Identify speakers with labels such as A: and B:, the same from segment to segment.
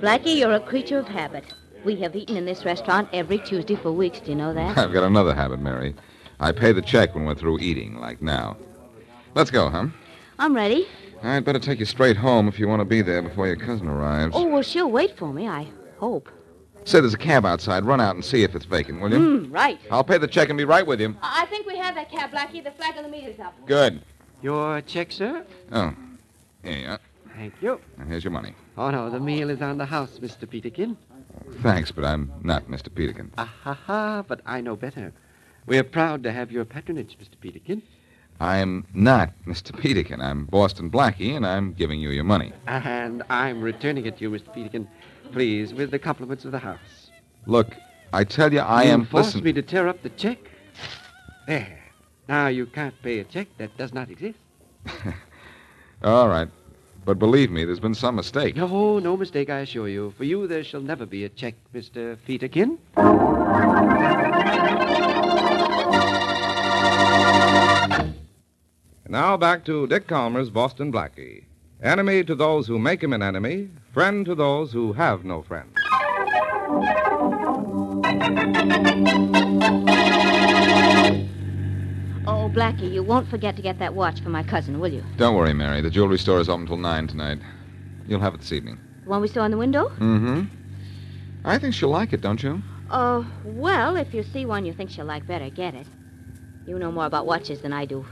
A: Blackie, you're a creature of habit. We have eaten in this restaurant every Tuesday for weeks. Do you know that?
B: I've got another habit, Mary. I pay the check when we're through eating, like now. Let's go, huh?
A: I'm ready.
B: I'd better take you straight home if you want to be there before your cousin arrives.
A: Oh, well, she'll wait for me, I hope.
B: Say there's a cab outside. Run out and see if it's vacant, will you?
A: Mm, right.
B: I'll pay the check and be right with you.
A: I think we have that cab, Blackie. The flag of the meter's up.
B: Good.
C: Your check, sir?
B: Oh, here you are.
C: Thank you.
B: And Here's your money.
C: Oh, no, the meal is on the house, Mr. Peterkin.
B: Thanks, but I'm not Mr. Peterkin.
C: Ah, ha, ha, but I know better. We're proud to have your patronage, Mr. Peterkin.
B: I'm not Mr. Peterkin. I'm Boston Blackie, and I'm giving you your money.
C: And I'm returning it to you, Mr. Peterkin, please, with the compliments of the house.
B: Look, I tell you, I
C: you
B: am.
C: forced
B: listen,
C: me to tear up the check. There. Now you can't pay a check that does not exist.
B: All right. But believe me, there's been some mistake.
C: No, no mistake, I assure you. For you, there shall never be a check, Mr. Peterkin.
D: Now back to Dick Calmer's Boston Blackie. Enemy to those who make him an enemy, friend to those who have no friend.
A: Oh, Blackie, you won't forget to get that watch for my cousin, will you?
B: Don't worry, Mary. The jewelry store is open till 9 tonight. You'll have it this evening.
A: The one we saw in the window?
B: Mm-hmm. I think she'll like it, don't you?
A: Oh, well, if you see one you think she'll like better, get it. You know more about watches than I do.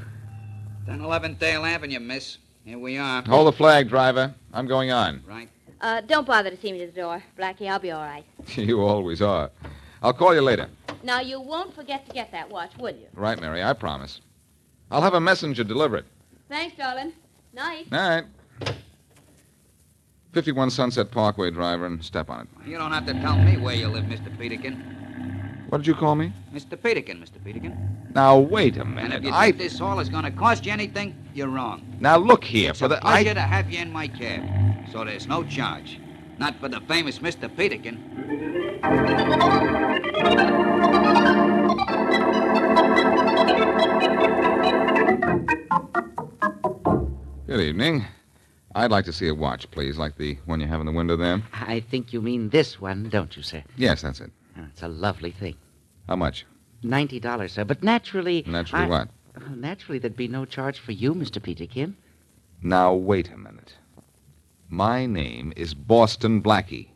E: 11th Dale Avenue, miss. Here we are.
B: Hold the flag, driver. I'm going on.
E: Right.
A: Uh, don't bother to see me to the door, Blackie. I'll be all right.
B: you always are. I'll call you later.
A: Now, you won't forget to get that watch, will you?
B: Right, Mary, I promise. I'll have a messenger deliver it.
A: Thanks, darling. Night.
B: Night. 51 Sunset Parkway, driver, and step on it.
E: You don't have to tell me where you live, Mr. Peterkin.
B: What did you call me?
E: Mr. Peterkin, Mr. Peterkin.
B: Now, wait a
E: And if
B: minute.
E: you
B: I...
E: think this hall is going to cost you anything, you're wrong.
B: Now, look here.
E: It's
B: For
E: a
B: the...
E: pleasure
B: I...
E: to have you in my cab. So there's no charge. Not for the famous Mr. Peterkin.
B: Good evening. I'd like to see a watch, please, like the one you have in the window there.
F: I think you mean this one, don't you, sir? Ah,
B: Yes, that's it.
F: It's a lovely thing.
B: How much?
F: Ninety dollars, sir. But naturally,
B: Naturally,
F: I-
B: what?
F: naturally, there'd be no charge for you, Mister Peterkin.
B: Now, wait a minute. My name is Boston Blackie.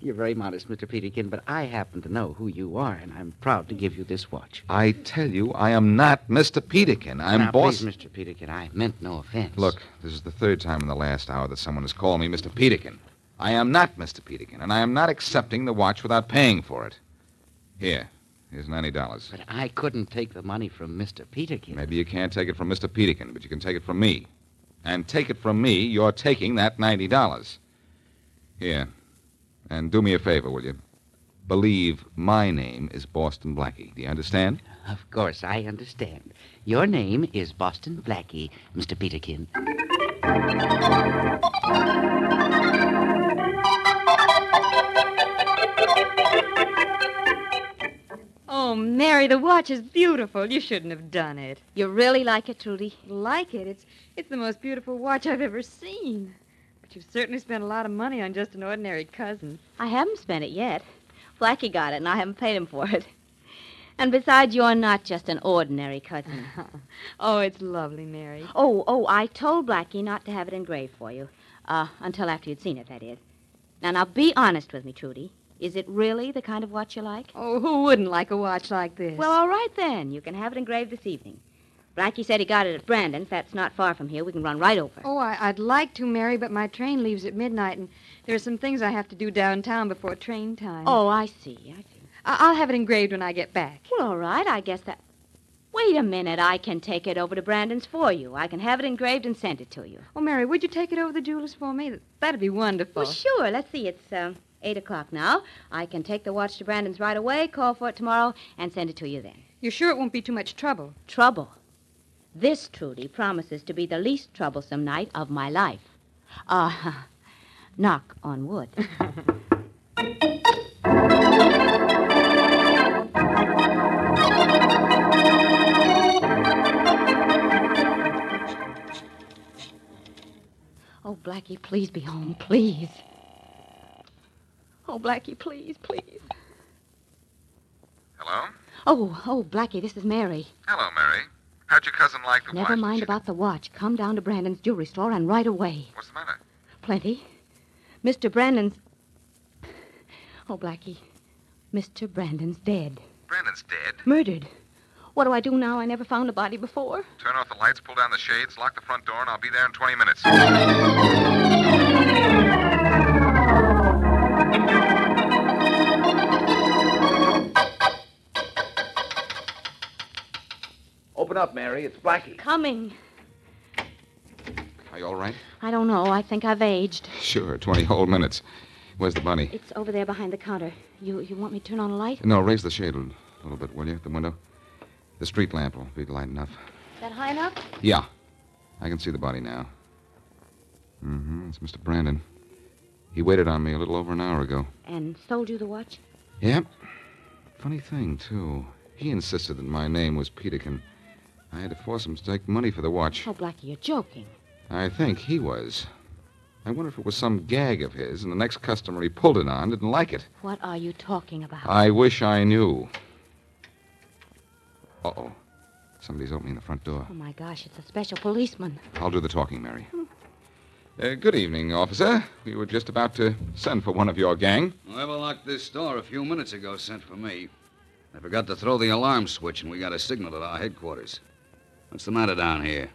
F: You're very modest, Mister Peterkin, but I happen to know who you are, and I'm proud to give you this watch.
B: I tell you, I am not Mr. Peterkin. I'm
F: now,
B: Boston.
F: please, Mister Peterkin. I meant no offense.
B: Look, this is the third time in the last hour that someone has called me Mr. Peterkin. I am not Mr. Peterkin, and I am not accepting the watch without paying for it. Here, here's ninety dollars.
F: but I couldn't take the money from Mister Peterkin.
B: Maybe you can't take it from Mr. Peterkin, but you can take it from me. And take it from me, you're taking that ninety dollars. Here. And do me a favor, will you? Believe my name is Boston Blackie. Do you understand?
F: Of course, I understand. Your name is Boston Blackie, Mister Peterkin.
A: Oh, Mary,
G: the watch is beautiful. You shouldn't have done it.
A: You really like it, Trudy?
G: Like it. It's it's the most beautiful watch I've ever seen. But you've certainly spent a lot of money on just an ordinary cousin.
A: I haven't spent it yet. Blackie got it, and I haven't paid him for it. And besides, you're not just an ordinary cousin.
G: Oh, it's lovely, Mary.
A: Oh, oh, I told Blackie not to have it engraved for you. Uh, until after you'd seen it, that is. Now, now, be honest with me, Trudy. Is it really the kind of watch you like?
G: Oh, who wouldn't like a watch like this?
A: Well, all right then. You can have it engraved this evening. Blackie said he got it at Brandon's. That's not far from here. We can run right over.
G: Oh, I, I'd like to, Mary, but my train leaves at midnight, and there are some things I have to do downtown before train time.
A: Oh, I see. I see.
G: I- I'll have it engraved when I get back.
A: Well, all right. I guess that. Wait a minute. I can take it over to Brandon's for you. I can have it engraved and send it to you.
G: Oh, Mary, would you take it over to the jeweler's for me? That'd be wonderful.
A: Well, sure. Let's see. It's uh, 8 o'clock now. I can take the watch to Brandon's right away, call for it tomorrow, and send it to you then.
G: You're sure it won't be too much trouble?
A: Trouble. This, Trudy, promises to be the least troublesome night of my life. Uh, knock on wood. oh, Blackie, please be home, please. Oh, Blackie, please, please.
B: Hello?
A: Oh, oh, Blackie, this is Mary.
B: Hello, Mary. How'd your cousin like the watch?
A: Never
B: Did
A: mind
B: she-
A: about the watch. Come down to Brandon's jewelry store and right away.
B: What's the matter?
A: Plenty. Mr. Brandon's. Oh, Blackie. Mr. Brandon's dead.
B: Brandon's dead.
A: Murdered. What do I do now? I never found a body before.
B: Turn off the lights, pull down the shades, lock the front door, and I'll be there in 20 minutes.
F: Open up, Mary. It's Blackie.
A: Coming.
B: Are you all right?
A: I don't know. I think I've aged.
B: Sure, 20 whole minutes. Where's the bunny?
A: It's over there behind the counter. You you want me to turn on a light?
B: No, raise the shade a l- little bit, will you? The window. The street lamp will be light enough.
A: Is that high enough?
B: Yeah. I can see the body now. Mm-hmm. It's Mr. Brandon. He waited on me a little over an hour ago.
A: And sold you the watch?
B: Yep. Funny thing, too. He insisted that my name was Peterkin. I had to force him to take money for the watch.
A: Oh, Blackie, you're joking.
B: I think he was. I wonder if it was some gag of his, and the next customer he pulled it on didn't like it.
A: What are you talking about?
B: I wish I knew. Uh oh. Somebody's opening the front door.
A: oh, my gosh, it's a special policeman.
B: I'll do the talking, Mary. Uh, good evening, officer. We were just about to send for one of your gang.
E: Whoever locked this door a few minutes ago sent for me. They forgot to throw the alarm switch, and we got a signal at our headquarters. What's the matter down here?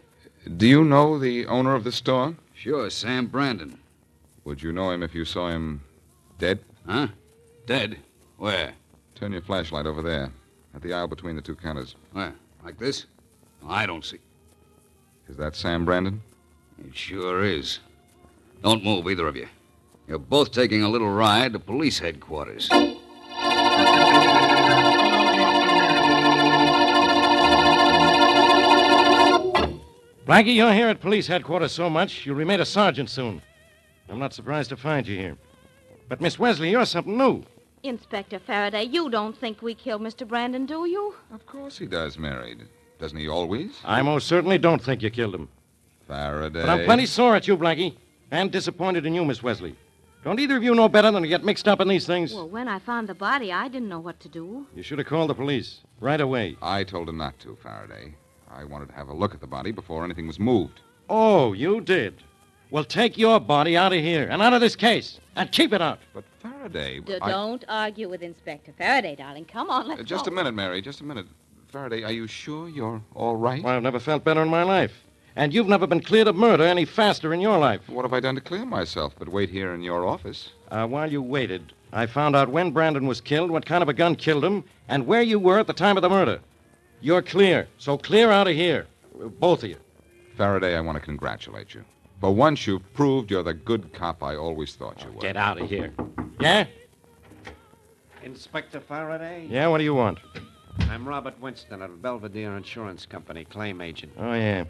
B: Do you know the owner of the store?
E: Sure, Sam Brandon.
B: Would you know him if you saw him?
E: Huh? Dead? Where?
B: Turn your flashlight over there, at the aisle between the two counters.
E: Like this? I don't see.
B: Is that Sam Brandon?
E: It sure is. Don't move, either of you. You're both taking a little ride to police headquarters.
H: Blackie, you're here at police headquarters so much, you'll be made a sergeant soon. I'm not surprised to find you here. But, Miss Wesley, you're something new.
A: Inspector Faraday, you don't think we killed Mr. Brandon, do you?
B: Of course he does, Mary. Doesn't he always?
H: I most certainly don't think you killed him.
B: Faraday.
H: But I'm plenty sore at you, Blackie, and disappointed in you, Miss Wesley. Don't either of you know better than to get mixed up in these things?
A: Well, when I found the body, I didn't know what to do.
H: You should have called the police right away.
B: I told him not to, Faraday. I wanted to have a look at the body before anything was moved.
H: Oh, you did. Well, take your body out of here and out of this case, and keep it out.
B: But Faraday.
A: D-
B: I-
A: Don't argue with Inspector Faraday, darling. Come on, let's
B: Uh, just a
A: go.
B: minute, Mary. Just a minute. Faraday, are you sure you're all right?
H: Well, I've never felt better in my life, and you've never been cleared of murder any faster in your life.
B: What have I done to clear myself but wait here in your office?
H: Uh, while you waited, I found out when Brandon was killed, what kind of a gun killed him, and where you were at the time of the murder. You're clear, so clear out of here, both of you.
B: Faraday, I want to congratulate you. For once, you've proved you're the good cop I always thought
F: Oh,
B: you were.
H: Get out of here. Yeah?
C: Inspector Faraday?
H: Yeah, what do you want?
C: I'm Robert Winston of Belvedere Insurance Company, claim agent.
H: Oh, yeah.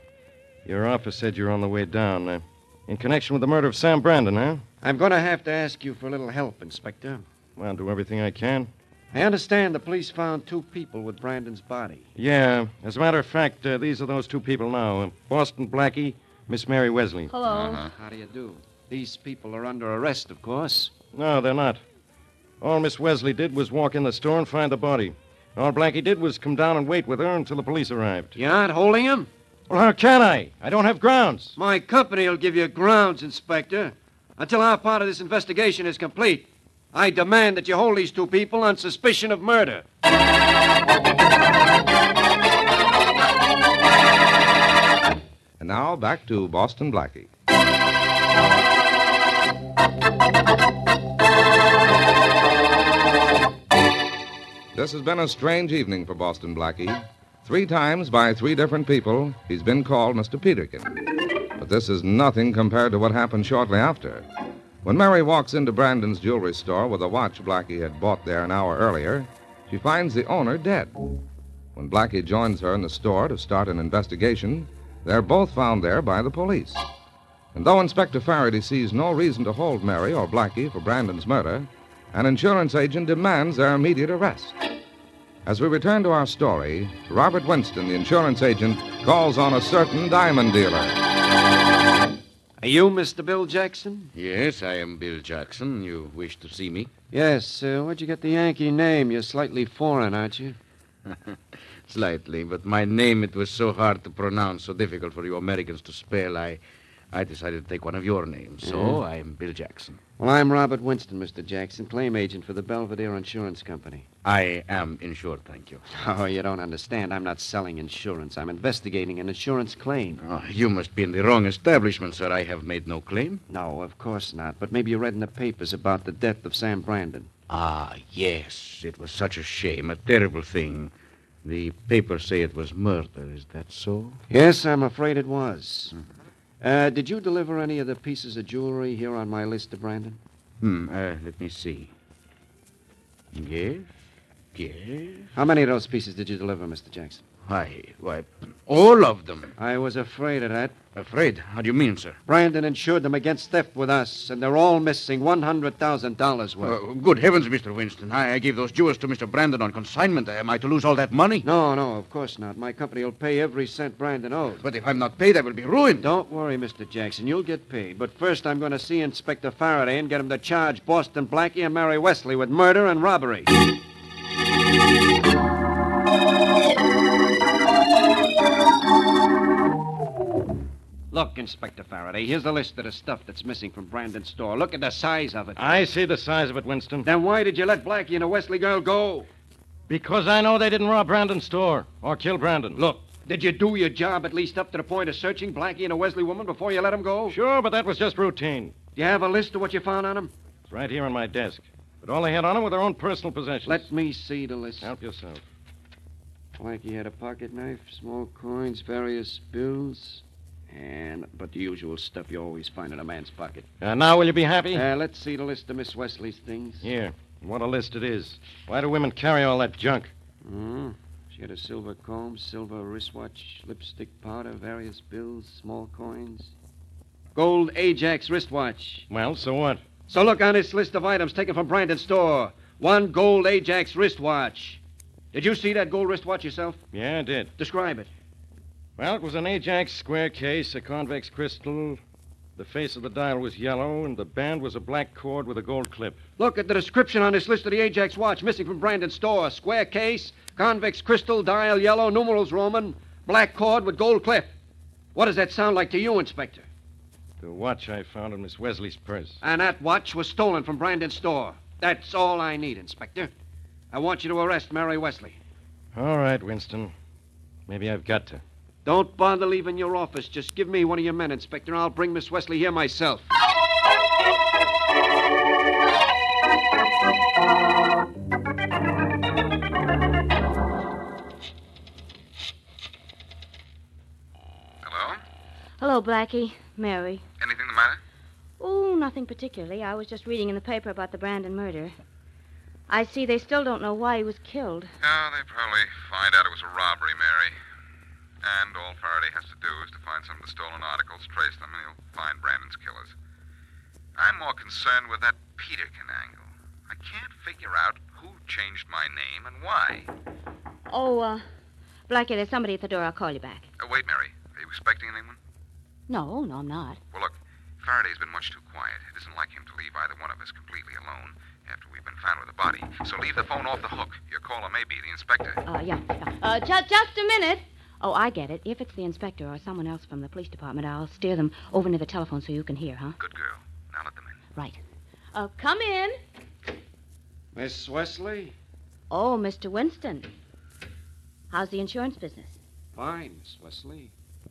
H: Your office said you're on the way down. Uh, in connection with the murder of Sam Brandon, huh?
C: I'm going to have to ask you for a little help, Inspector.
H: Well, I'll do everything I can. I understand the police found two people with Brandon's body. Yeah. As a matter of fact, uh, these are those two people now uh, Boston Blackie, Miss Mary Wesley.
A: Hello.
F: How do you do? These people are under arrest, of course.
H: No, they're not. All Miss Wesley did was walk in the store and find the body. All Blackie did was come down and wait with her until the police arrived.
F: You're not holding him?
H: Well, how can I? I don't have grounds.
F: My company will give you grounds, Inspector. Until our part of this investigation is complete, I demand that you hold these two people on suspicion of murder.
D: And now back to Boston Blackie. This has been a strange evening for Boston Blackie. Three times by three different people, he's been called Mr. Peterkin. But this is nothing compared to what happened shortly after. When Mary walks into Brandon's jewelry store with a watch Blackie had bought there an hour earlier, she finds the owner dead. When Blackie joins her in the store to start an investigation, they're both found there by the police. And though Inspector Faraday sees no reason to hold Mary or Blackie for Brandon's murder, an insurance agent demands their immediate arrest. As we return to our story, Robert Winston, the insurance agent, calls on a certain diamond dealer.
F: Are you Mr. Bill Jackson?
I: Yes, I am Bill Jackson. You wish to see me?
F: Yes. Uh, where'd you get the Yankee name? You're slightly foreign, aren't you?
I: Slightly, but my name it was so hard to pronounce, so difficult for you Americans to spell. I, I decided to take one of your names. So
F: Yeah.
I: I am Bill Jackson.
F: Well, I'm Robert Winston, Mr. Jackson, claim agent for the Belvedere Insurance Company.
I: I am insured, thank you.
F: Oh, you don't understand. I'm not selling insurance. I'm investigating an insurance claim.
I: Oh, you must be in the wrong establishment, sir. I have made no claim.
F: No, of course not. But maybe you read in the papers about the death of Sam Brandon.
I: Ah, yes, it was such a shame, a terrible thing. The papers say it was murder. Is that so? Mm-hmm.
F: Yes, I'm afraid it was. Uh, did you deliver any of the pieces of jewelry here on my list to Brandon?
I: Hmm, uh, let me see. Yes, yes.
F: How many of those pieces did you deliver, Mr. Jackson?
I: Why, why, all of them.
F: I was afraid of that.
I: Afraid? How do you mean, sir?
F: Brandon insured them against theft with us, and they're all missing $100,000 worth.
I: Uh, good heavens, Mr. Winston. I, I gave those jewels to Mr. Brandon on consignment. Am I to lose all that money?
F: No, no, of course not. My company will pay every cent Brandon owes.
I: But if I'm not paid, I will be ruined.
F: Don't worry, Mr. Jackson. You'll get paid. But first, I'm going to see Inspector Faraday and get him to charge Boston Blackie and Mary Wesley with murder and robbery. Look, Inspector Faraday, here's the list of the stuff that's missing from Brandon's store. Look at the size of it.
H: I see the size of it, Winston.
F: Then why did you let Blackie and the Wesley girl go?
H: Because I know they didn't rob Brandon's store or kill Brandon. Look.
F: Did you do your job at least up to the point of searching Blackie and a Wesley woman before you let them go?
H: Sure, but that was just routine.
F: Do you have a list of what you found on them?
H: It's right here on my desk. But all they had on them were their own personal possessions.
F: Let me see the list.
H: Help yourself.
F: Blackie had a pocket knife, small coins, various bills, and but the usual stuff you always find in a man's pocket.
H: Uh, now, will you be happy?
F: Uh, let's see the list of Miss Wesley's things.
H: Here. What a list it is. Why do women carry all that junk?
F: hmm She had a silver comb, silver wristwatch, lipstick powder, various bills, small coins. Gold Ajax wristwatch.
H: Well, so what?
F: So look on this list of items taken from Brandon's store. One gold Ajax wristwatch. Did you see that gold wristwatch yourself?
H: Yeah, I did.
F: Describe it.
H: Well, it was an Ajax square case, a convex crystal. The face of the dial was yellow, and the band was a black cord with a gold clip.
F: Look at the description on this list of the Ajax watch missing from Brandon's store. Square case, convex crystal, dial yellow, numerals Roman, black cord with gold clip. What does that sound like to you, Inspector?
H: The watch I found in Miss Wesley's purse.
F: And that watch was stolen from Brandon's store. That's all I need, Inspector. I want you to arrest Mary Wesley.
H: All right, Winston. Maybe I've got to.
F: Don't bother leaving your office. Just give me one of your men, Inspector, and I'll bring Miss Wesley here myself.
B: Hello?
A: Hello, Blackie. Mary.
B: Anything the matter?
A: Oh, nothing particularly. I was just reading in the paper about the Brandon murder. I see they still don't know why he was killed.
B: No, they probably find out it was a robbery, Mary. And all Faraday has to do is to find some of the stolen articles, trace them, and he'll find Brandon's killers. I'm more concerned with that Peterkin angle. I can't figure out who who changed my name and why.
A: Oh, uh, Blackie, there's somebody at the door. I'll call you back.
B: Uh, wait, Mary. Are you expecting anyone?
A: No, no, I'm not.
B: Well, look, Faraday's been much too quiet. It isn't like him to leave either one of us completely alone after we've been found with a body. So leave the phone off the hook. Your caller may be the inspector.
A: Uh, yeah. yeah. Uh, just, just a minute. Oh, I get it. If it's the inspector or someone else from the police department, I'll steer them over near the telephone so you can hear, huh?
B: Good girl. Now let them in.
A: Right. Uh, come in.
H: Miss Wesley?
A: Oh, Mr. Winston. How's the insurance business?
H: Fine, Miss Wesley.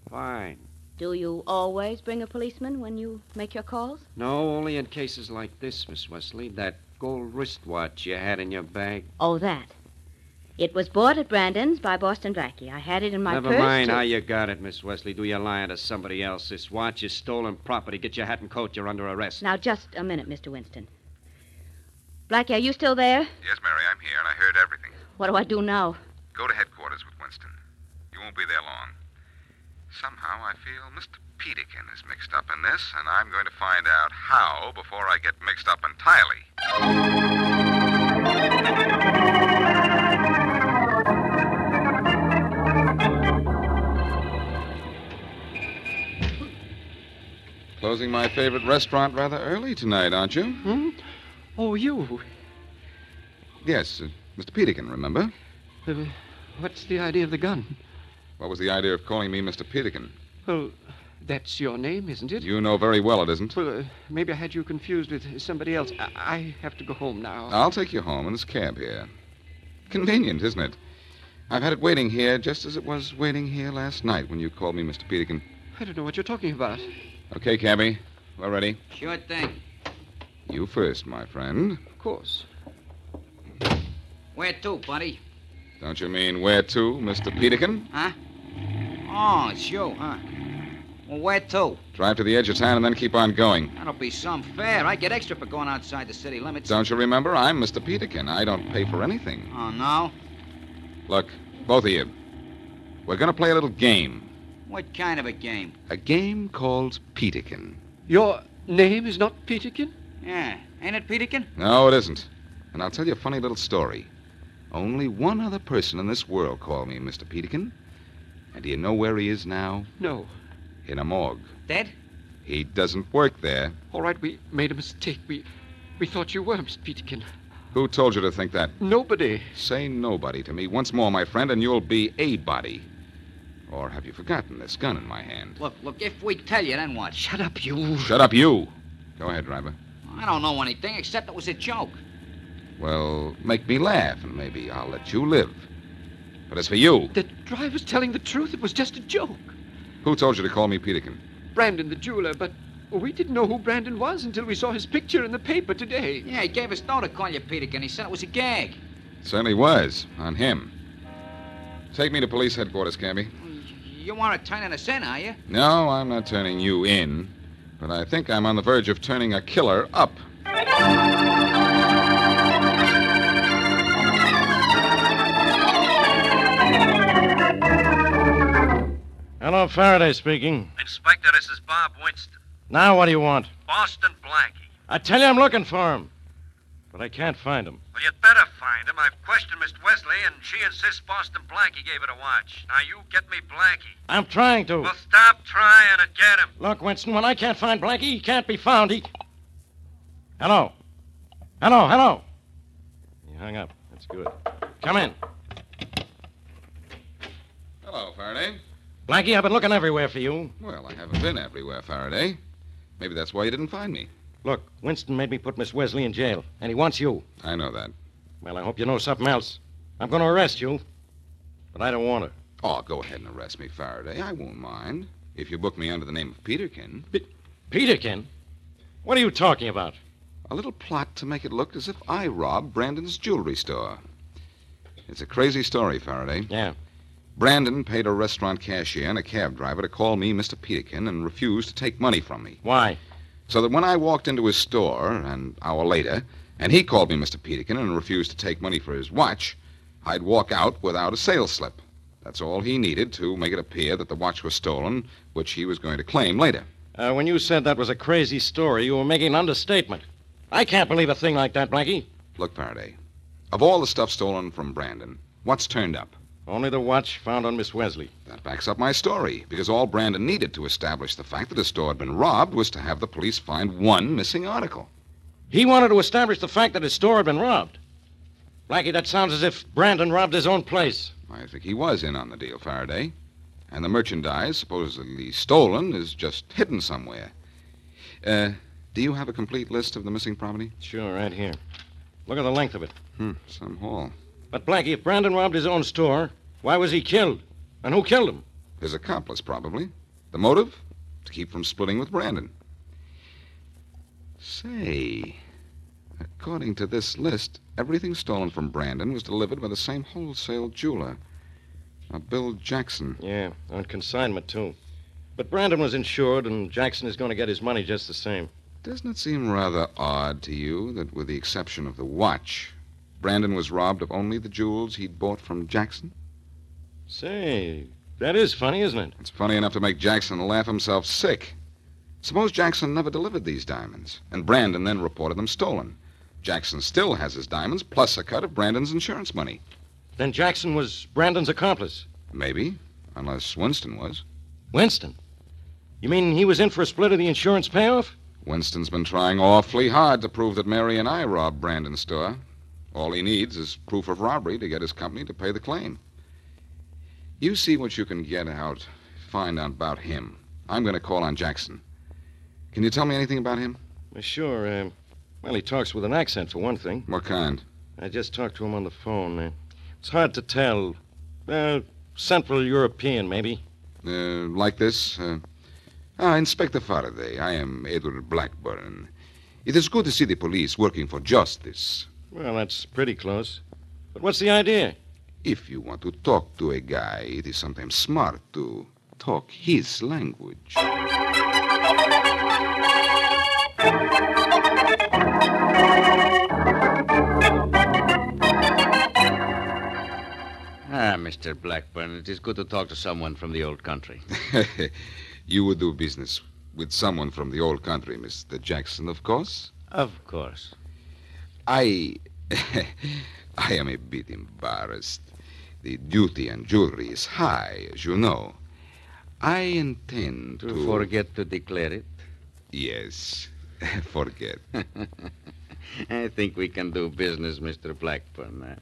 H: Fine.
A: Do you always bring a policeman when you make your calls?
H: No, only in cases like this, Miss Wesley. That gold wristwatch you had in your bag.
A: Oh, that. It was bought at Brandon's by Boston Blackie. I had it in my
H: Never
A: purse.
H: mind
A: till-
H: how you got it, Miss Wesley. Do you lying to somebody else? This watch is stolen property. Get your hat and coat. You're under arrest.
A: Now, just a minute, Mr. Winston. Blackie, are you still there?
B: Yes, Mary, I'm here, and I heard everything.
A: What do I do now?
B: Go to headquarters with Winston. You won't be there long. Somehow I feel Mr. Peterkin is mixed up in this, and I'm going to find out how before I get mixed up entirely. Closing my favorite restaurant rather early tonight, aren't you?
C: Hmm? Oh, you.
B: Yes, uh, Mr. Peterkin, remember?
C: Uh, what's the idea of the gun?
B: What was the idea of calling me Mr. Peterkin?
C: Well, that's your name, isn't it?
B: You know very well it isn't.
C: Well, uh, maybe I had you confused with somebody else. I, I have to go home now.
B: I'll take you home in this cab here. Convenient, isn't it? I've had it waiting here just as it was waiting here last night when you called me Mr. Peterkin.
C: I don't know what you're talking about.
B: Okay, cabby, we're ready.
E: Sure thing.
B: You first, my friend.
C: Of course.
E: Where to, buddy?
B: Don't you mean where to, Mr. Peterkin?
E: Huh? Oh, it's you, huh? Well, where to?
B: Drive to the edge of town and then keep on going.
E: That'll be some fare. I get extra for going outside the city limits.
B: Don't you remember? I'm Mr. Peterkin. I don't pay for anything.
E: Oh, no?
B: Look, both of you, we're going to play a little game.
E: What kind of a game?
B: A game called Peterkin.
C: Your name is not Peterkin?
E: Yeah. Ain't it, Peterkin?
B: No, it isn't. And I'll tell you a funny little story. Only one other person in this world called me Mr. Peterkin. And do you know where he is now?
C: No.
B: In a morgue.
E: Dead?
B: He doesn't work there.
C: All right, we made a mistake. We, we thought you were Miss Peterkin.
B: Who told you to think that?
C: Nobody.
B: Say nobody to me once more, my friend, and you'll be a body. Or have you forgotten this gun in my hand?
E: Look, look, if we tell you, then what?
C: Shut up, you.
B: Shut up, you. Go ahead, driver.
E: I don't know anything except it was a joke.
B: Well, make me laugh, and maybe I'll let you live. But as for you,
C: The driver's telling the truth. It was just a joke.
B: who told you to call me Peterkin?
C: Brandon, the jeweler, but we didn't know who Brandon was until we saw his picture in the paper today.
E: Yeah, he gave us no to call you Peterkin. He said it was a gag.
B: Certainly was, on him. Take me to police headquarters, Camby.
E: You want to turn us in, are you?
B: No, I'm not turning you in, but I think I'm on the verge of turning a killer up.
H: Hello, Faraday speaking.
J: Inspector, this is Bob Winston.
H: Now, what do you want?
J: Boston Blackie.
H: I tell you, I'm looking for him. But I can't find him.
J: Well, you'd better find him. I've questioned Miss Wesley, and she insists Boston Blackie gave her the watch. Now, you get me Blackie.
H: I'm trying to.
J: Well, stop trying to get him.
H: Look, Winston, when I can't find Blackie, he can't be found. He. Hello. Hello, hello. He hung up. That's good. Come in.
B: Hello, Faraday.
H: Blackie, I've been looking everywhere for you.
B: Well, I haven't been everywhere, Faraday. Maybe that's why you didn't find me.
H: Look, Winston made me put Miss Wesley in jail, and he wants you.
B: I know that.
H: Well, I hope you know something else. I'm going to arrest you, but I don't want to.
B: Oh, go ahead and arrest me, Faraday. I won't mind. If you book me under the name of Peterkin,
H: Peterkin? What are you talking about?
B: a little plot to make it look as if I robbed Brandon's jewelry store. It's a crazy story, Faraday.
H: Yeah.
B: Brandon paid a restaurant cashier and a cab driver to call me Mr. Peterkin and refused to take money from me.
H: Why?
B: So that when I walked into his store an hour later, and he called me Mr. Peterkin and refused to take money for his watch, I'd walk out without a sales slip. That's all he needed to make it appear that the watch was stolen, which he was going to claim later.
H: Uh, when you said that was a crazy story, you were making an understatement. I can't believe a thing like that, Blackie.
B: Look, Faraday, Of all the stuff stolen from Brandon, what's turned up?
H: Only the watch found on Miss Wesley.
B: That backs up my story, because all Brandon needed to establish the fact that his store had been robbed was to have the police find one missing article.
H: He wanted to establish the fact that his store had been robbed. Blackie, that sounds as if Brandon robbed his own place.
B: I think he was in on the deal, Faraday. And the merchandise, supposedly stolen, is just hidden somewhere. Uh, do you have a complete list of the missing property?
H: Sure, right here. Look at the length of it.
B: Hmm, some haul.
H: But, Blackie, if Brandon robbed his own store, why was he killed? And who killed him?
B: His accomplice, probably. The motive? To keep from splitting with Brandon. Say, according to this list, everything stolen from Brandon was delivered by the same wholesale jeweler, a Bill Jackson.
H: Yeah, on consignment, too. But Brandon was insured, and Jackson is going to get his money just the same.
B: Doesn't it seem rather odd to you that, with the exception of the watch, Brandon was robbed of only the jewels he'd bought from Jackson?
H: Say, that is funny, isn't it?
B: It's funny enough to make Jackson laugh himself sick. Suppose Jackson never delivered these diamonds, and Brandon then reported them stolen. Jackson still has his diamonds, plus a cut of Brandon's insurance money.
H: Then Jackson was Brandon's accomplice.
B: Maybe, unless Winston was.
H: Winston? You mean he was in for a split of the insurance payoff?
B: Winston's been trying awfully hard to prove that Mary and I robbed Brandon's store. All he needs is proof of robbery to get his company to pay the claim. You see what you can get out, find out about him. I'm going to call on Jackson. Can you tell me anything about him?
H: Sure. Uh, well, he talks with an accent, for one thing.
B: What kind?
H: I just talked to him on the phone. Uh, it's hard to tell. Uh, Central European, maybe.
B: Uh, like this? Uh, ah, Inspector Faraday, I am Edward Blackburn. It is good to see the police working for justice.
H: Well, that's pretty close. But what's the idea?
B: If you want to talk to a guy, it is sometimes smart to talk his language.
I: Ah, Mr. Blackburn, it is good to talk to someone from the old country.
B: you would do business with someone from the old country, Mr. Jackson, of course?
I: Of course.
B: I. I am a bit embarrassed. The duty on jewelry is high, as you know. I intend to.
I: to... Forget to declare it?
B: Yes, forget.
I: I think we can do business, Mr. Blackburn. Uh,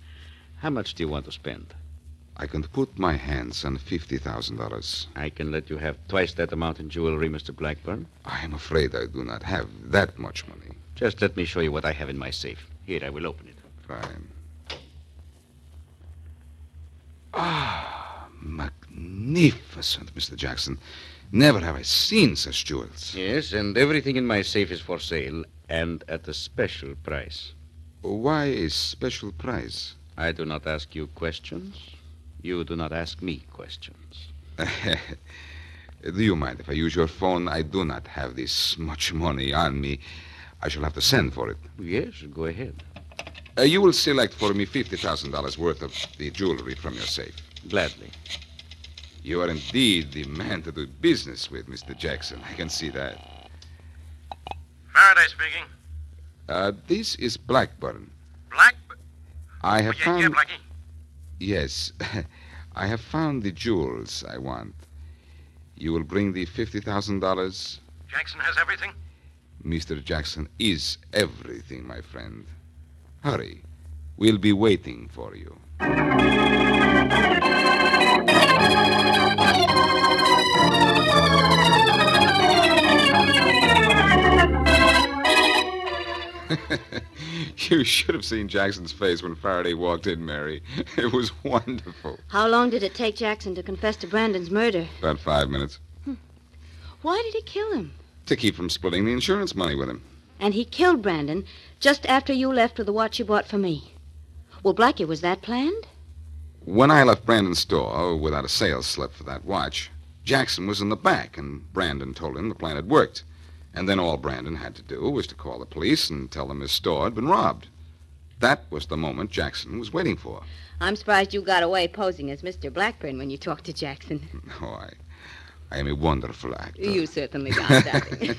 I: how much do you want to spend?
B: I can put my hands on $50,000.
I: I can let you have twice that amount in jewelry, Mr. Blackburn.
B: I am afraid I do not have that much money.
I: Just let me show you what I have in my safe. Here, I will open it.
B: Fine. Ah, magnificent, Mr. Jackson. Never have I seen such jewels.
I: Yes, and everything in my safe is for sale and at a special price.
B: Why a special price?
I: I do not ask you questions. You do not ask me questions.
B: do you mind if I use your phone? I do not have this much money on me. I shall have to send for it.
I: Yes, go ahead.
B: Uh, you will select for me $50,000 worth of the jewelry from your safe.
I: Gladly.
B: You are indeed the man to do business with, Mr. Jackson. I can see that.
J: Faraday speaking.
B: Uh, this is Blackburn.
J: Blackburn?
B: I have
J: oh, yeah,
B: found.
J: Yeah, Blackie.
B: Yes. I have found the jewels I want. You will bring the $50,000.
J: Jackson has everything?
B: Mr. Jackson is everything, my friend. Hurry. We'll be waiting for you. you should have seen Jackson's face when Faraday walked in, Mary. It was wonderful.
A: How long did it take Jackson to confess to Brandon's murder?
B: About five minutes.
A: Why did he kill him?
B: To keep from splitting the insurance money with him.
A: And he killed Brandon just after you left with the watch you bought for me. Well, Blackie, was that planned?
B: When I left Brandon's store without a sales slip for that watch, Jackson was in the back, and Brandon told him the plan had worked. And then all Brandon had to do was to call the police and tell them his store had been robbed. That was the moment Jackson was waiting for.
A: I'm surprised you got away posing as Mr. Blackburn when you talked to Jackson.
B: Oh, I, I am a wonderful actor.
A: You certainly are, darling.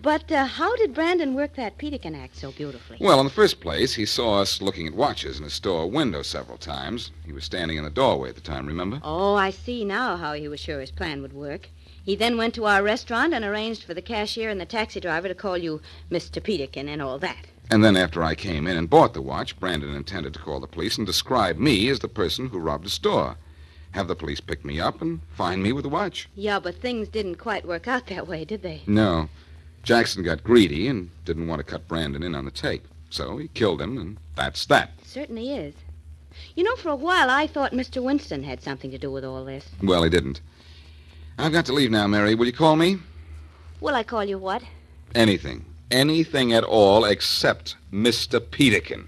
A: But uh, how did Brandon work that Peterkin act so beautifully?
B: Well, in the first place, he saw us looking at watches in a store window several times. He was standing in the doorway at the time, remember?
A: Oh, I see now how he was sure his plan would work. He then went to our restaurant and arranged for the cashier and the taxi driver to call you Mr. Peterkin and all that.
B: And then after I came in and bought the watch, Brandon intended to call the police and describe me as the person who robbed a store. Have the police pick me up and find me with the watch.
A: Yeah, but things didn't quite work out that way, did they?
B: No. Jackson got greedy and didn't want to cut Brandon in on the tape. So he killed him, and that's that.
A: Certainly is. You know, for a while I thought Mr. Winston had something to do with all this.
B: Well, he didn't. I've got to leave now, Mary. Will you call me?
A: Will I call you what?
B: Anything. Anything at all except Mr. Peterkin.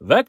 K: That